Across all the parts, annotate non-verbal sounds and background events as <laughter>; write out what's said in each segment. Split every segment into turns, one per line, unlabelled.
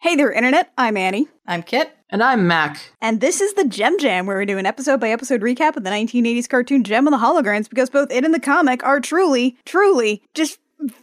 Hey there, Internet. I'm Annie.
I'm Kit.
And I'm Mac.
And this is the Gem Jam, where we do an episode by episode recap of the 1980s cartoon Gem and the Holograms because both it and the comic are truly, truly just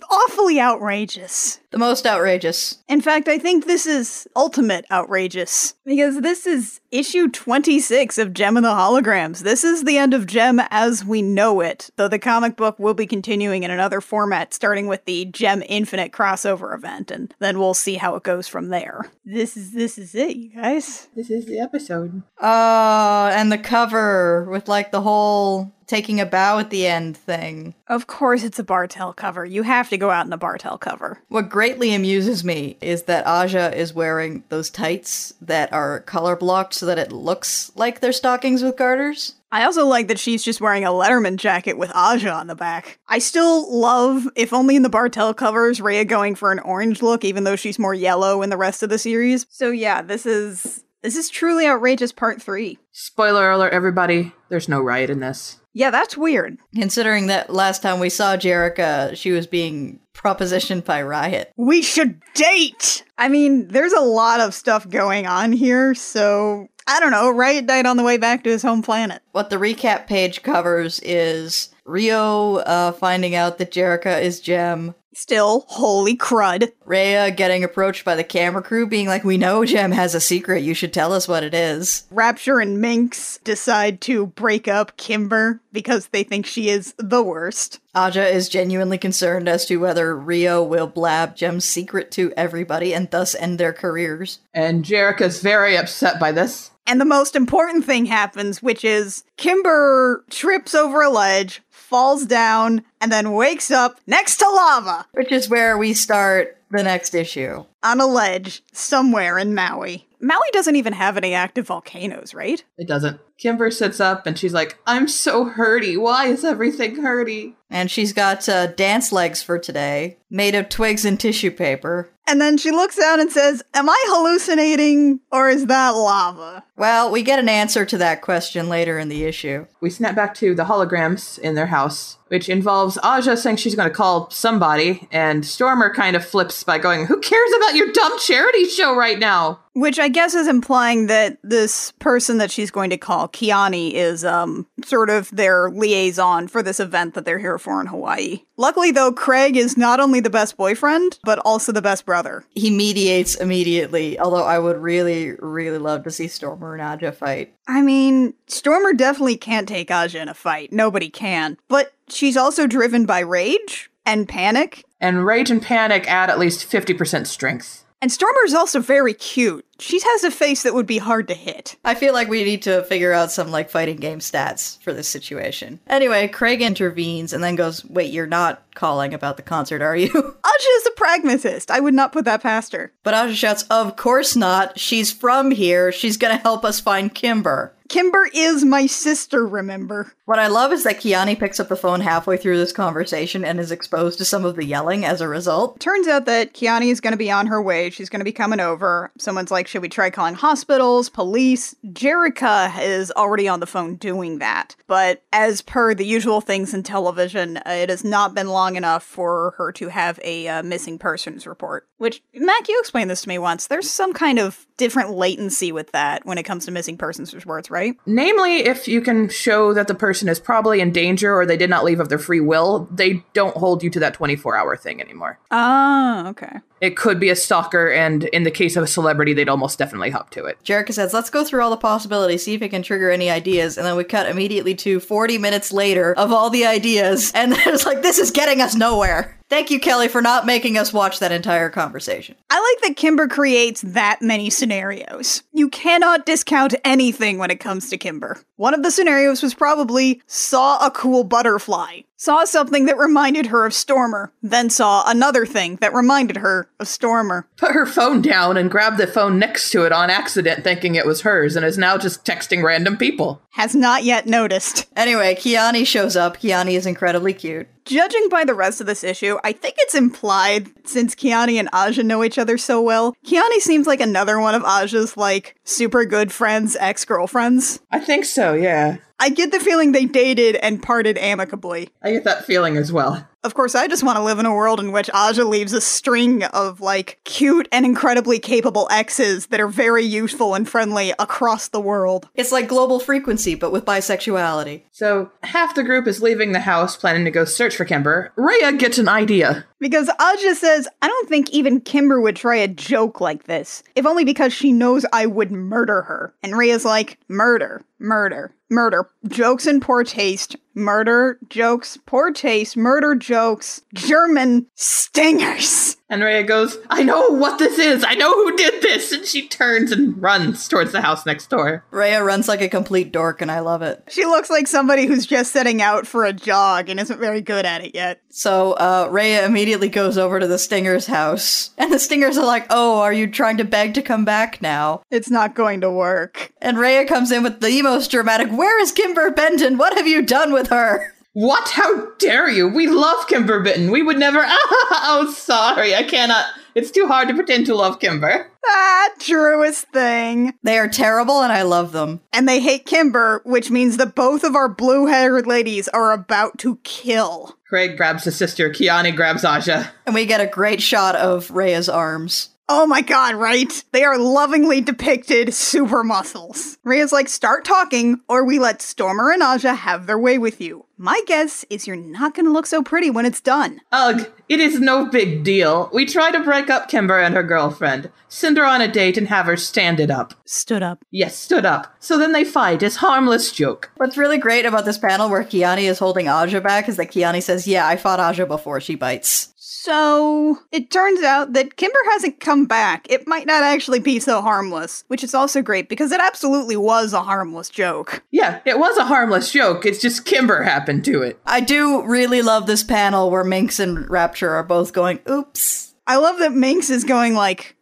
awfully outrageous.
The most outrageous.
In fact, I think this is ultimate outrageous because this is issue 26 of Gem and the Holograms. This is the end of Gem as we know it, though the comic book will be continuing in another format, starting with the Gem Infinite crossover event, and then we'll see how it goes from there. This is this is it, you guys.
This is the episode.
Oh, and the cover with like the whole taking a bow at the end thing.
Of course, it's a Bartel cover. You have to go out in a Bartel cover.
What greatly amuses me is that Aja is wearing those tights that are color blocked so that it looks like they're stockings with garters.
I also like that she's just wearing a Letterman jacket with Aja on the back. I still love, if only in the Bartel covers, Rhea going for an orange look, even though she's more yellow in the rest of the series. So yeah, this is this is truly outrageous part three.
Spoiler alert, everybody, there's no riot in this.
Yeah, that's weird.
Considering that last time we saw Jerica, she was being propositioned by Riot.
We should date! I mean, there's a lot of stuff going on here, so I don't know. Riot died on the way back to his home planet.
What the recap page covers is Rio uh, finding out that Jerica is Gem,
Still, holy crud.
Rhea getting approached by the camera crew, being like, We know Gem has a secret, you should tell us what it is.
Rapture and Minx decide to break up Kimber because they think she is the worst.
Aja is genuinely concerned as to whether Rio will blab Gem's secret to everybody and thus end their careers.
And Jerica's very upset by this.
And the most important thing happens, which is Kimber trips over a ledge, falls down, and then wakes up next to lava
Which is where we start the next issue.
on a ledge somewhere in Maui. Maui doesn't even have any active volcanoes, right?
It doesn't. Kimber sits up and she's like, I'm so hurty. Why is everything hurty?
And she's got uh, dance legs for today, made of twigs and tissue paper.
And then she looks out and says, Am I hallucinating or is that lava?
Well, we get an answer to that question later in the issue.
We snap back to the holograms in their house, which involves Aja saying she's going to call somebody, and Stormer kind of flips by going, Who cares about your dumb charity show right now?
Which I guess is implying that this person that she's going to call Kiani is um sort of their liaison for this event that they're here for in Hawaii. Luckily though, Craig is not only the best boyfriend, but also the best brother.
He mediates immediately, although I would really, really love to see Stormer and Aja fight.
I mean, Stormer definitely can't take Aja in a fight. Nobody can. But she's also driven by rage and panic.
And Rage and Panic add at least 50% strength.
And Stormer's also very cute. She has a face that would be hard to hit.
I feel like we need to figure out some like fighting game stats for this situation. Anyway, Craig intervenes and then goes, "Wait, you're not calling about the concert, are you?" <laughs>
Aja is a pragmatist. I would not put that past her.
but Aja shouts, "Of course not. She's from here. She's going to help us find Kimber."
Kimber is my sister, remember?
What I love is that Kiani picks up the phone halfway through this conversation and is exposed to some of the yelling as a result.
Turns out that Kiani is going to be on her way. She's going to be coming over. Someone's like, should we try calling hospitals, police? Jerica is already on the phone doing that. But as per the usual things in television, uh, it has not been long enough for her to have a uh, missing persons report. Which, Mac, you explained this to me once. There's some kind of different latency with that when it comes to missing persons reports, right?
Namely, if you can show that the person is probably in danger or they did not leave of their free will, they don't hold you to that 24 hour thing anymore.
Oh, okay.
It could be a stalker, and in the case of a celebrity, they'd almost definitely hop to it.
Jerica says, Let's go through all the possibilities, see if it can trigger any ideas. And then we cut immediately to 40 minutes later of all the ideas. And <laughs> then it's like, This is getting us nowhere. Thank you, Kelly, for not making us watch that entire conversation.
I like that Kimber creates that many scenarios. You cannot discount anything when it comes to Kimber. One of the scenarios was probably saw a cool butterfly, saw something that reminded her of Stormer, then saw another thing that reminded her of Stormer.
Put her phone down and grabbed the phone next to it on accident, thinking it was hers, and is now just texting random people.
Has not yet noticed.
Anyway, Kiani shows up. Kiani is incredibly cute.
Judging by the rest of this issue, I think it's implied since Kiani and Aja know each other so well, Kiani seems like another one of Aja's like super good friends, ex girlfriends.
I think so, yeah.
I get the feeling they dated and parted amicably.
I get that feeling as well.
Of course, I just want to live in a world in which Aja leaves a string of like cute and incredibly capable exes that are very useful and friendly across the world.
It's like global frequency, but with bisexuality.
So, half the group is leaving the house planning to go search for Kemper. Rhea gets an idea.
Because Aja says, I don't think even Kimber would try a joke like this, if only because she knows I would murder her. And Rhea's like, murder, murder, murder. Jokes in poor taste, murder, jokes, poor taste, murder, jokes, German stingers. <laughs>
And Rhea goes, I know what this is. I know who did this. And she turns and runs towards the house next door.
Rhea runs like a complete dork, and I love it.
She looks like somebody who's just setting out for a jog and isn't very good at it yet.
So uh, Rhea immediately goes over to the Stinger's house, and the Stingers are like, Oh, are you trying to beg to come back now?
It's not going to work.
And Rhea comes in with the most dramatic, Where is Kimber Benton? What have you done with her? <laughs>
What? How dare you? We love Kimber Bitten. We would never. <laughs> Oh, sorry. I cannot. It's too hard to pretend to love Kimber.
Ah, truest thing.
They are terrible, and I love them.
And they hate Kimber, which means that both of our blue haired ladies are about to kill.
Craig grabs his sister. Kiani grabs Aja.
And we get a great shot of Rhea's arms.
Oh my god, right? They are lovingly depicted super muscles. Rhea's like, start talking, or we let Stormer and Aja have their way with you. My guess is you're not gonna look so pretty when it's done.
Ugh, it is no big deal. We try to break up Kimber and her girlfriend, send her on a date, and have her stand it up.
Stood up.
Yes, stood up. So then they fight. It's harmless joke.
What's really great about this panel where Kiani is holding Aja back is that Kiani says, Yeah, I fought Aja before she bites.
So it turns out that Kimber hasn't come back. It might not actually be so harmless, which is also great because it absolutely was a harmless joke.
Yeah, it was a harmless joke. It's just Kimber happened to it.
I do really love this panel where Minx and Rapture are both going, oops.
I love that Minx is going like,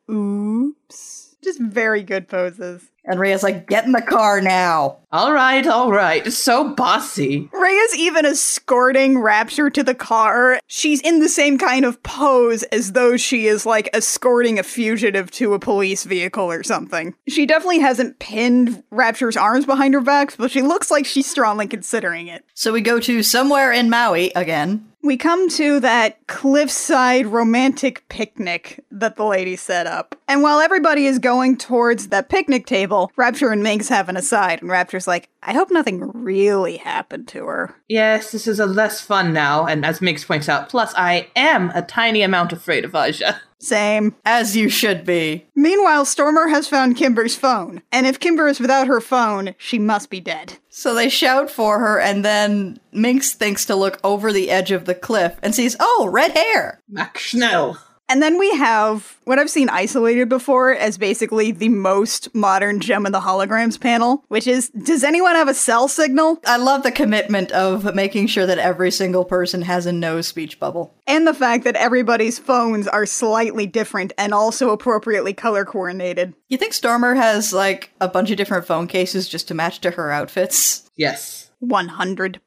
oops. Just very good poses.
And Rhea's like, get in the car now.
All right, all right. So bossy.
Rhea's even escorting Rapture to the car. She's in the same kind of pose as though she is like escorting a fugitive to a police vehicle or something. She definitely hasn't pinned Rapture's arms behind her back, but she looks like she's strongly considering it.
So we go to somewhere in Maui again.
We come to that cliffside romantic picnic that the lady set up. And while everybody is going towards that picnic table, Rapture and Minx have an aside, and Rapture's like, I hope nothing really happened to her.
Yes, this is a less fun now, and as Mix points out, plus I am a tiny amount afraid of Aja.
Same.
As you should be.
Meanwhile, Stormer has found Kimber's phone, and if Kimber is without her phone, she must be dead.
So they shout for her, and then Minx thinks to look over the edge of the cliff and sees, oh, red hair.
Mac Schnell.
And then we have what I've seen isolated before as basically the most modern Gem and the Holograms panel, which is Does anyone have a cell signal?
I love the commitment of making sure that every single person has a no speech bubble.
And the fact that everybody's phones are slightly different and also appropriately color coordinated.
You think Stormer has like a bunch of different phone cases just to match to her outfits?
Yes.
100%.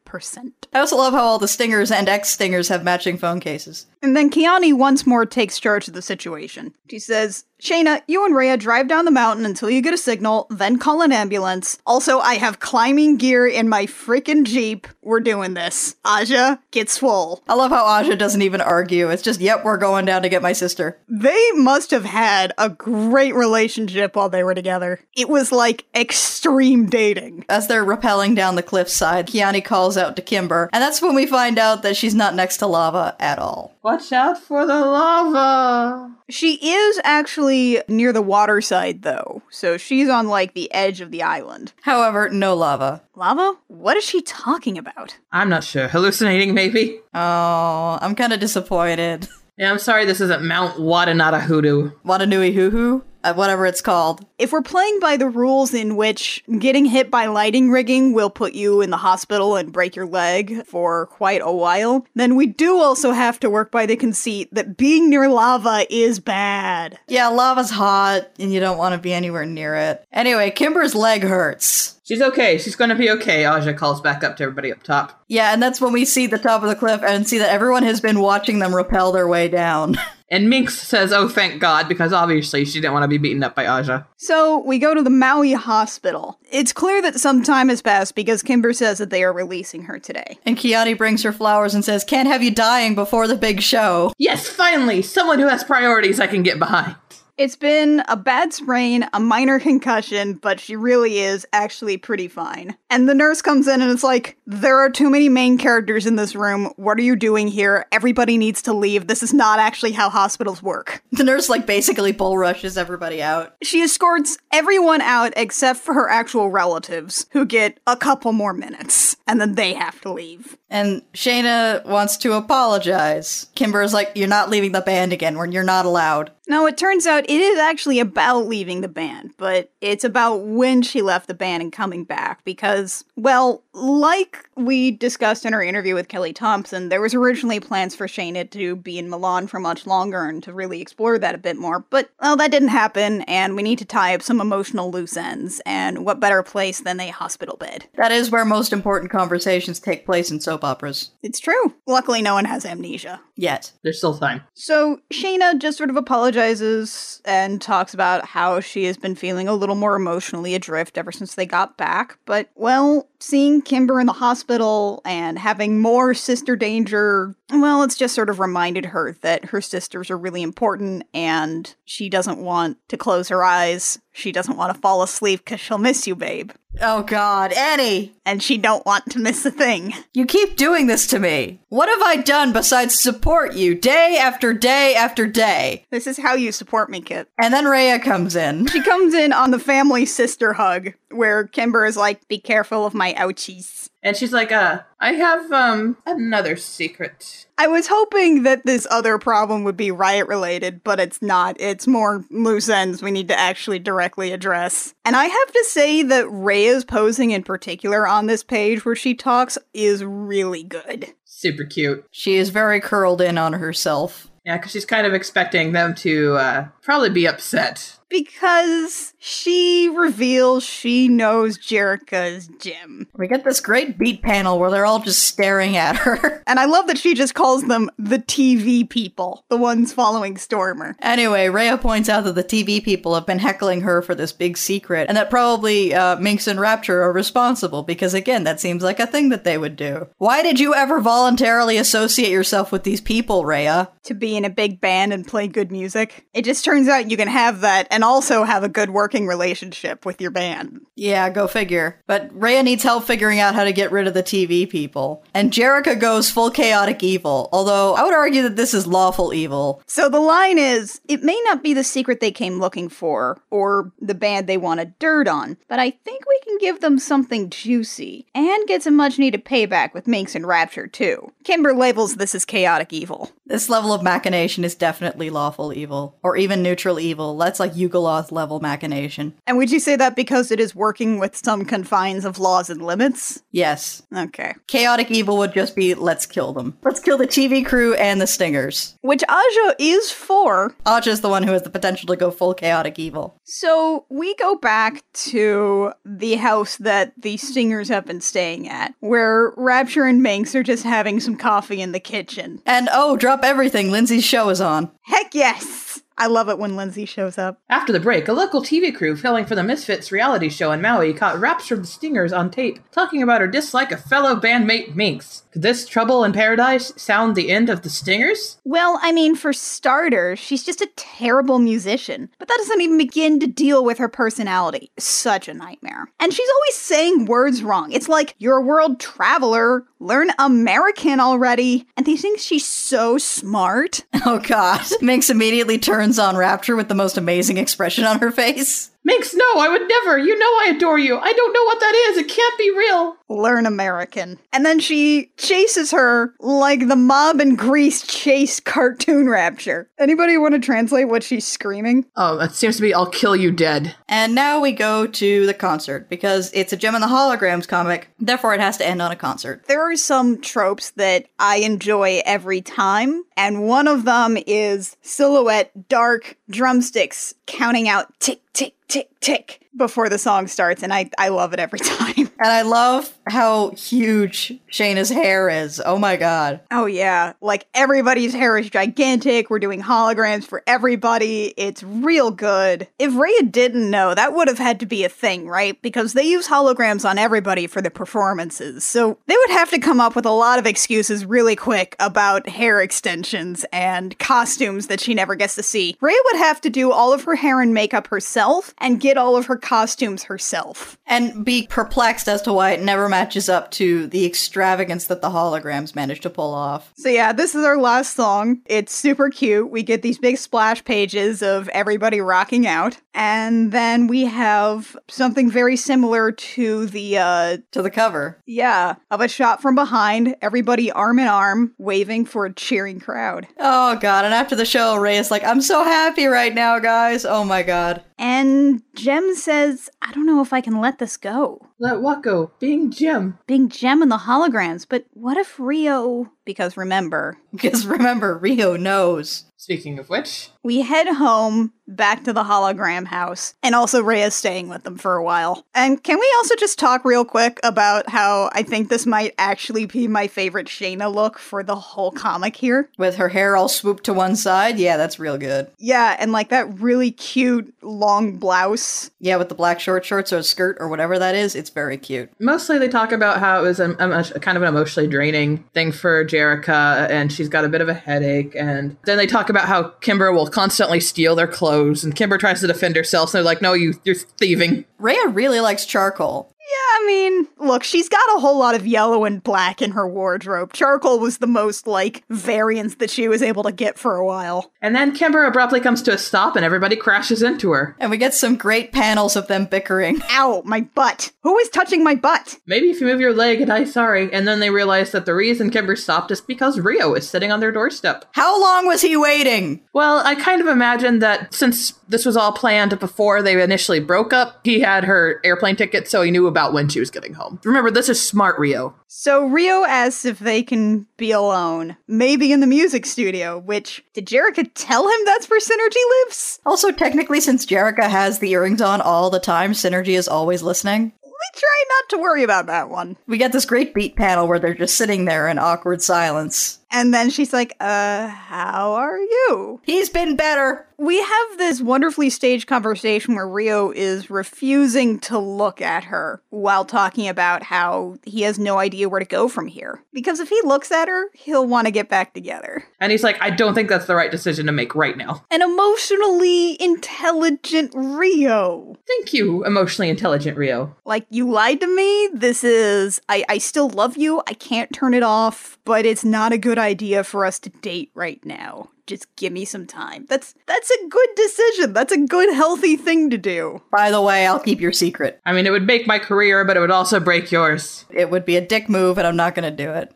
I also love how all the stingers and ex stingers have matching phone cases.
And then Kiani once more takes charge of the situation. She says, Shayna, you and Rhea drive down the mountain until you get a signal, then call an ambulance. Also, I have climbing gear in my freaking Jeep. We're doing this. Aja, get swole.
I love how Aja doesn't even argue. It's just, yep, we're going down to get my sister.
They must have had a great relationship while they were together. It was like extreme dating.
As they're rappelling down the cliffside, Kiani calls out to Kimber, and that's when we find out that she's not next to lava at all.
Watch out for the lava.
She is actually near the water side, though, so she's on like the edge of the island.
However, no lava.
Lava? What is she talking about?
I'm not sure. Hallucinating, maybe?
Oh, I'm kind of disappointed. <laughs>
Yeah, I'm sorry this isn't Mount Wadanata Hoodoo.
Watanui hoo hoo? Uh, whatever it's called.
If we're playing by the rules in which getting hit by lighting rigging will put you in the hospital and break your leg for quite a while, then we do also have to work by the conceit that being near lava is bad.
Yeah, lava's hot and you don't want to be anywhere near it. Anyway, Kimber's leg hurts.
She's okay. She's going to be okay. Aja calls back up to everybody up top.
Yeah, and that's when we see the top of the cliff and see that everyone has been watching them rappel their way down. <laughs>
And Minx says, Oh, thank God, because obviously she didn't want to be beaten up by Aja.
So we go to the Maui hospital. It's clear that some time has passed because Kimber says that they are releasing her today.
and Kiati brings her flowers and says, Can't have you dying before the big show. <laughs>
Yes, finally, someone who has priorities I can get behind.
It's been a bad sprain, a minor concussion, but she really is actually pretty fine. And the nurse comes in and it's like, There are too many main characters in this room. What are you doing here? Everybody needs to leave. This is not actually how hospitals work.
The nurse, like, basically bull rushes everybody out.
She escorts everyone out except for her actual relatives, who get a couple more minutes, and then they have to leave.
And Shayna wants to apologize. Kimber is like, You're not leaving the band again when you're not allowed.
Now, it turns out it is actually about leaving the band, but it's about when she left the band and coming back because, well, like we discussed in our interview with Kelly Thompson, there was originally plans for Shayna to be in Milan for much longer and to really explore that a bit more, but, well, that didn't happen, and we need to tie up some emotional loose ends, and what better place than a hospital bed?
That is where most important conversations take place in soap operas.
It's true. Luckily, no one has amnesia.
Yet.
There's still time.
So Shayna just sort of apologizes and talks about how she has been feeling a little more emotionally adrift ever since they got back. But, well, seeing Kimber in the hospital and having more sister danger, well, it's just sort of reminded her that her sisters are really important and she doesn't want to close her eyes. She doesn't want to fall asleep because she'll miss you, babe.
Oh, God, Annie!
And she don't want to miss a thing.
You keep doing this to me. What have I done besides support you day after day after day?
This is how you support me, Kit.
And then Rhea comes in.
She comes in on the family sister hug, where Kimber is like, "Be careful of my ouchies."
And she's like, uh, I have, um, another secret.
I was hoping that this other problem would be riot related, but it's not. It's more loose ends we need to actually directly address. And I have to say that Rhea's posing in particular on this page where she talks is really good.
Super cute.
She is very curled in on herself.
Yeah, because she's kind of expecting them to, uh, probably be upset.
Because she reveals she knows Jerica's gym.
We get this great beat panel where they're all just staring at her. <laughs>
And I love that she just calls them the TV people, the ones following Stormer.
Anyway, Rhea points out that the TV people have been heckling her for this big secret, and that probably uh, Minx and Rapture are responsible, because again, that seems like a thing that they would do. Why did you ever voluntarily associate yourself with these people, Rhea?
to be in a big band and play good music. It just turns out you can have that and also have a good working relationship with your band.
Yeah, go figure. But Rhea needs help figuring out how to get rid of the TV people. And Jerica goes full chaotic evil, although I would argue that this is lawful evil.
So the line is it may not be the secret they came looking for or the band they wanted dirt on, but I think we can give them something juicy and get some much needed payback with Minx and Rapture too. Kimber labels this as chaotic evil.
This level of machination is definitely lawful evil, or even neutral evil. That's like Yugoloth level machination.
And would you say that because it is working with some confines of laws and limits?
Yes.
Okay.
Chaotic evil would just be let's kill them. Let's kill the TV crew and the stingers.
Which Aja is for,
Aja's the one who has the potential to go full chaotic evil.
So we go back to the house that the singers have been staying at, where Rapture and Minx are just having some coffee in the kitchen.
And oh, drop everything. Lindsay's show is on. <laughs>
Heck yes! I love it when Lindsay shows up.
After the break, a local TV crew filling for the Misfits reality show in Maui caught Raps from the Stingers on tape talking about her dislike of fellow bandmate Minx. Could this trouble in paradise sound the end of the Stingers?
Well, I mean, for starters, she's just a terrible musician, but that doesn't even begin to deal with her personality. Such a nightmare. And she's always saying words wrong. It's like, you're a world traveler, learn American already. And they think she's so smart.
Oh god. Minx immediately turns on Rapture with the most amazing expression on her face.
Minx, no, I would never. You know I adore you. I don't know what that is. It can't be real.
learn American. And then she chases her like the mob in Grease chase cartoon <laughs> rapture. Anybody want to translate what she's screaming?
Oh, that seems to be I'll kill you dead.
And now we go to the concert because it's a Gem and the Holograms comic, therefore it has to end on a concert.
There are some tropes that I enjoy every time, and one of them is silhouette, dark drumsticks counting out tick, tick, tick, tick, tick before the song starts, and I, I love it every <laughs> time.
And I love how huge Shayna's hair is. Oh my god.
Oh, yeah. Like everybody's hair is gigantic. We're doing holograms for everybody. It's real good. If Rhea didn't know, that would have had to be a thing, right? Because they use holograms on everybody for the performances. So they would have to come up with a lot of excuses really quick about hair extensions and costumes that she never gets to see. Rhea would have to do all of her hair and makeup herself and get all of her costumes herself.
And be perplexed as to why it never matches up to the extravagance that the holograms managed to pull off.
So yeah, this is our last song. It's super cute. We get these big splash pages of everybody rocking out, and then we have something very similar to the uh
To the cover.
yeah, of a shot from behind, everybody arm in arm waving for a cheering crowd.
Oh god. And after the show, Ray is like, I'm so happy right now, guys. Oh my god.
And Jem says, "I don't know if I can let this go."
Let what go? Being Jim.
Being Jem and the holograms, but what if Rio because remember,
Because <laughs> remember, Rio knows.
Speaking of which,
We head home back to the hologram house, and also Rhea's staying with them for a while. And can we also just talk real quick about how I think this might actually be my favorite Shayna look for the whole comic here?
With her hair all swooped to one side. Yeah, that's real good.
Yeah, and like that really cute long blouse.
Yeah, with the black short shorts or skirt or whatever that is, it's very cute.
mostly they talk about how it was a, a, kind of an emotionally draining thing for Jerica, and she's got a bit of a headache. And then they talk about how Kimber will constantly steal their clothes, and Kimber tries to defend herself. So they're like, "No, you, you're thieving."
Rhea really likes charcoal.
Yeah, I mean, look, she's got a whole lot of yellow and black in her wardrobe. Charcoal was the most like variance that she was able to get for a while.
And then Kimber abruptly comes to a stop, and everybody crashes into her.
And we get some great panels of them bickering. <laughs>
Ow, my butt. Who is touching my butt?
Maybe if you move your leg, and I sorry. And then they realize that the reason Kimber stopped is because Rio is sitting on their doorstep.
How long was he waiting?
Well, I kind of imagine that since this was all planned before they initially broke up, he had her airplane ticket, so he knew about when she was getting home. Remember, this is smart Rio.
So Rio asks if they can be alone, maybe in the music studio, which did Jerica tell him that's where Synergy lives?
Also, technically, since Jerica has the earrings on all the time, Synergy is always listening.
We try not to worry about that one.
We get this great beat panel where they're just sitting there in awkward silence.
And then she's like, uh, how are you?
He's been better.
We have this wonderfully staged conversation where Rio is refusing to look at her while talking about how he has no idea where to go from here. Because if he looks at her, he'll want to get back together.
And he's like, I don't think that's the right decision to make right now.
An emotionally intelligent Rio.
Thank you, emotionally intelligent Rio.
like you lied to me this is I, I still love you i can't turn it off but it's not a good idea for us to date right now just give me some time that's that's a good decision that's a good healthy thing to do
By the way, I'll keep your secret.
I mean, it would make my career, but it would also break yours.
It would be a dick move, and I'm not going to do it.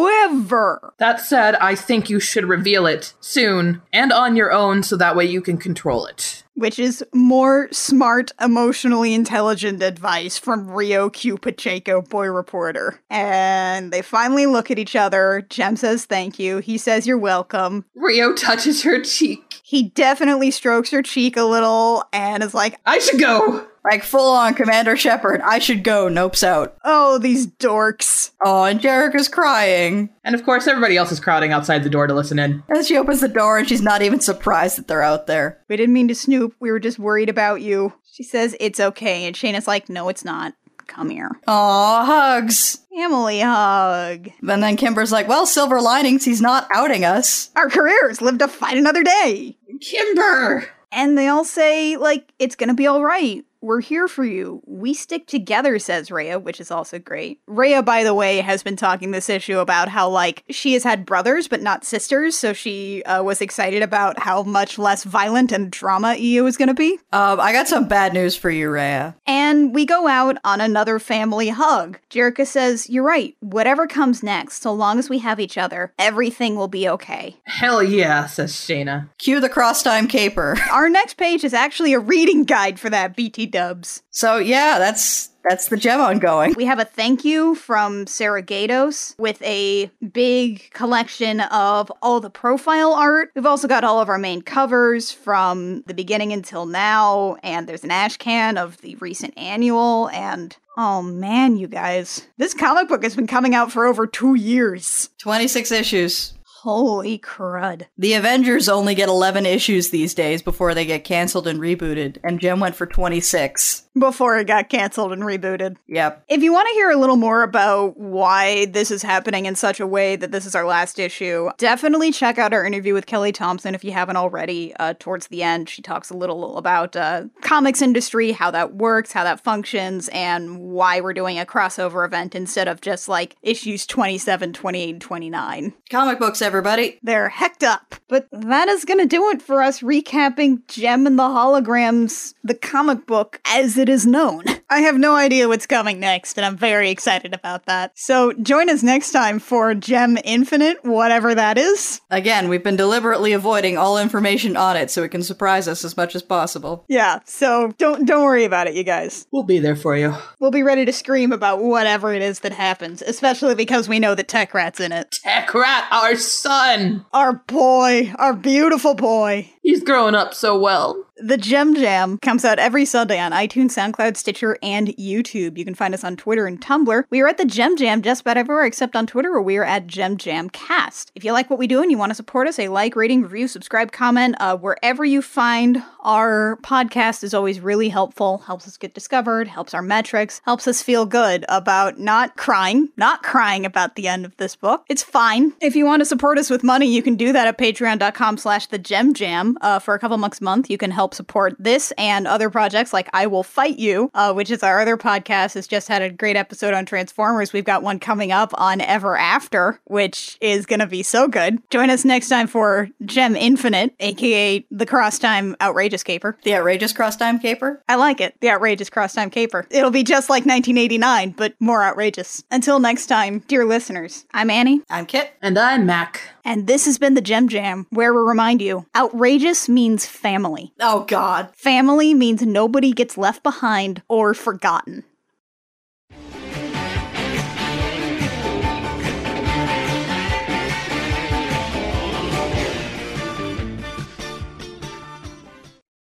however
That said, I think you should reveal it soon and on your own so that way you can control it.
which is more smart emotionally intelligent advice from rio q pacheco boy reporter and they finally look at each other jem says thank you he says you're welcome
Rio touches her cheek.
he definitely strokes her cheek a little and is like
I should go.
Like full on Commander Shepard, I should go. Nope's out.
Oh, these dorks.
Oh, and Jerica's crying.
And of course, everybody else is crowding outside the door to listen in.
And she opens the door, and she's not even surprised that they're out there.
We didn't mean to snoop. We were just worried about you. She says, It's okay. And Shayna's like, No, it's not. Come here.
Aw, hugs.
Emily hug.
And then Kimber's like, well, silver linings, he's not outing us.
Our careers live to fight another day.
Kimber!
And they all say, like, it's gonna be all right. We're here for you. We stick together, says Rhea, which is also great. Rhea, by the way, has been talking this issue about how, like, she has had brothers but not sisters, so she uh, was excited about how much less violent and drama EU is gonna be.
Um, I got some bad news for you, Rhea.
And we go out on another family hug. Jerica says, You're right. Whatever comes next, so long as we have each other, everything will be okay.
Hell yeah, says Shayna.
Cue the cross time caper. <laughs>
Our next page is actually a reading guide for that, BT dubs.
So yeah, that's That's the gem ongoing.
We have a thank you from Sarah Gatos with a big collection of all the profile art. We've also got all of our main covers from the beginning until now, and there's an ash can of the recent annual. And oh man, you guys, this comic book has been coming out for over two years.
26 issues.
Holy crud.
The Avengers only get 11 issues these days before they get canceled and rebooted, and Gem went for 26.
Before it got canceled and rebooted.
Yep.
If you want to hear a little more about why this is happening in such a way that this is our last issue, definitely check out our interview with Kelly Thompson if you haven't already. Uh, towards the end, she talks a little about uh, comics industry, how that works, how that functions, and why we're doing a crossover event instead of just like issues 27, 28, and 29.
Comic books, everybody.
They're hecked up. But that is going to do it for us recapping Gem and the Holograms, the comic book as it is known. I have no idea what's coming next, and I'm very excited about that. So join us next time for Gem Infinite, whatever that is.
Again, we've been deliberately avoiding all information on it so it can surprise us as much as possible.
Yeah, so don't don't worry about it, you guys.
We'll be there for you.
We'll be ready to scream about whatever it is that happens, especially because we know that Tech Rat's in it.
Tech Rat, our son!
Our boy, our beautiful boy.
He's growing up so well.
The Gem Jam comes out every Sunday on iTunes, SoundCloud, Stitcher, and YouTube. You can find us on Twitter and Tumblr. We are at the Gem Jam just about everywhere except on Twitter, where we are at Gem Jam Cast. If you like what we do and you want to support us, a like, rating, review, subscribe, comment, uh, wherever you find our podcast is always really helpful. Helps us get discovered, helps our metrics, helps us feel good about not crying, not crying about the end of this book. It's fine. If you want to support us with money, you can do that at patreon.com slash the Gem Jam uh, for a couple bucks a month. You can help support this and other projects like I Will Fight You, uh, which is our other podcast. It's just had a great episode on Transformers. We've got one coming up on Ever After, which is going to be so good. Join us next time for Gem Infinite, aka the Crosstime Outrageous Caper.
The outrageous cross time caper?
I like it, the outrageous crosstime caper. It'll be just like 1989, but more outrageous. Until next time, dear listeners, I'm Annie.
I'm Kit.
And I'm Mac.
And this has been the Gem Jam, where we remind you outrageous means family.
Oh, God.
Family means nobody gets left behind or forgotten.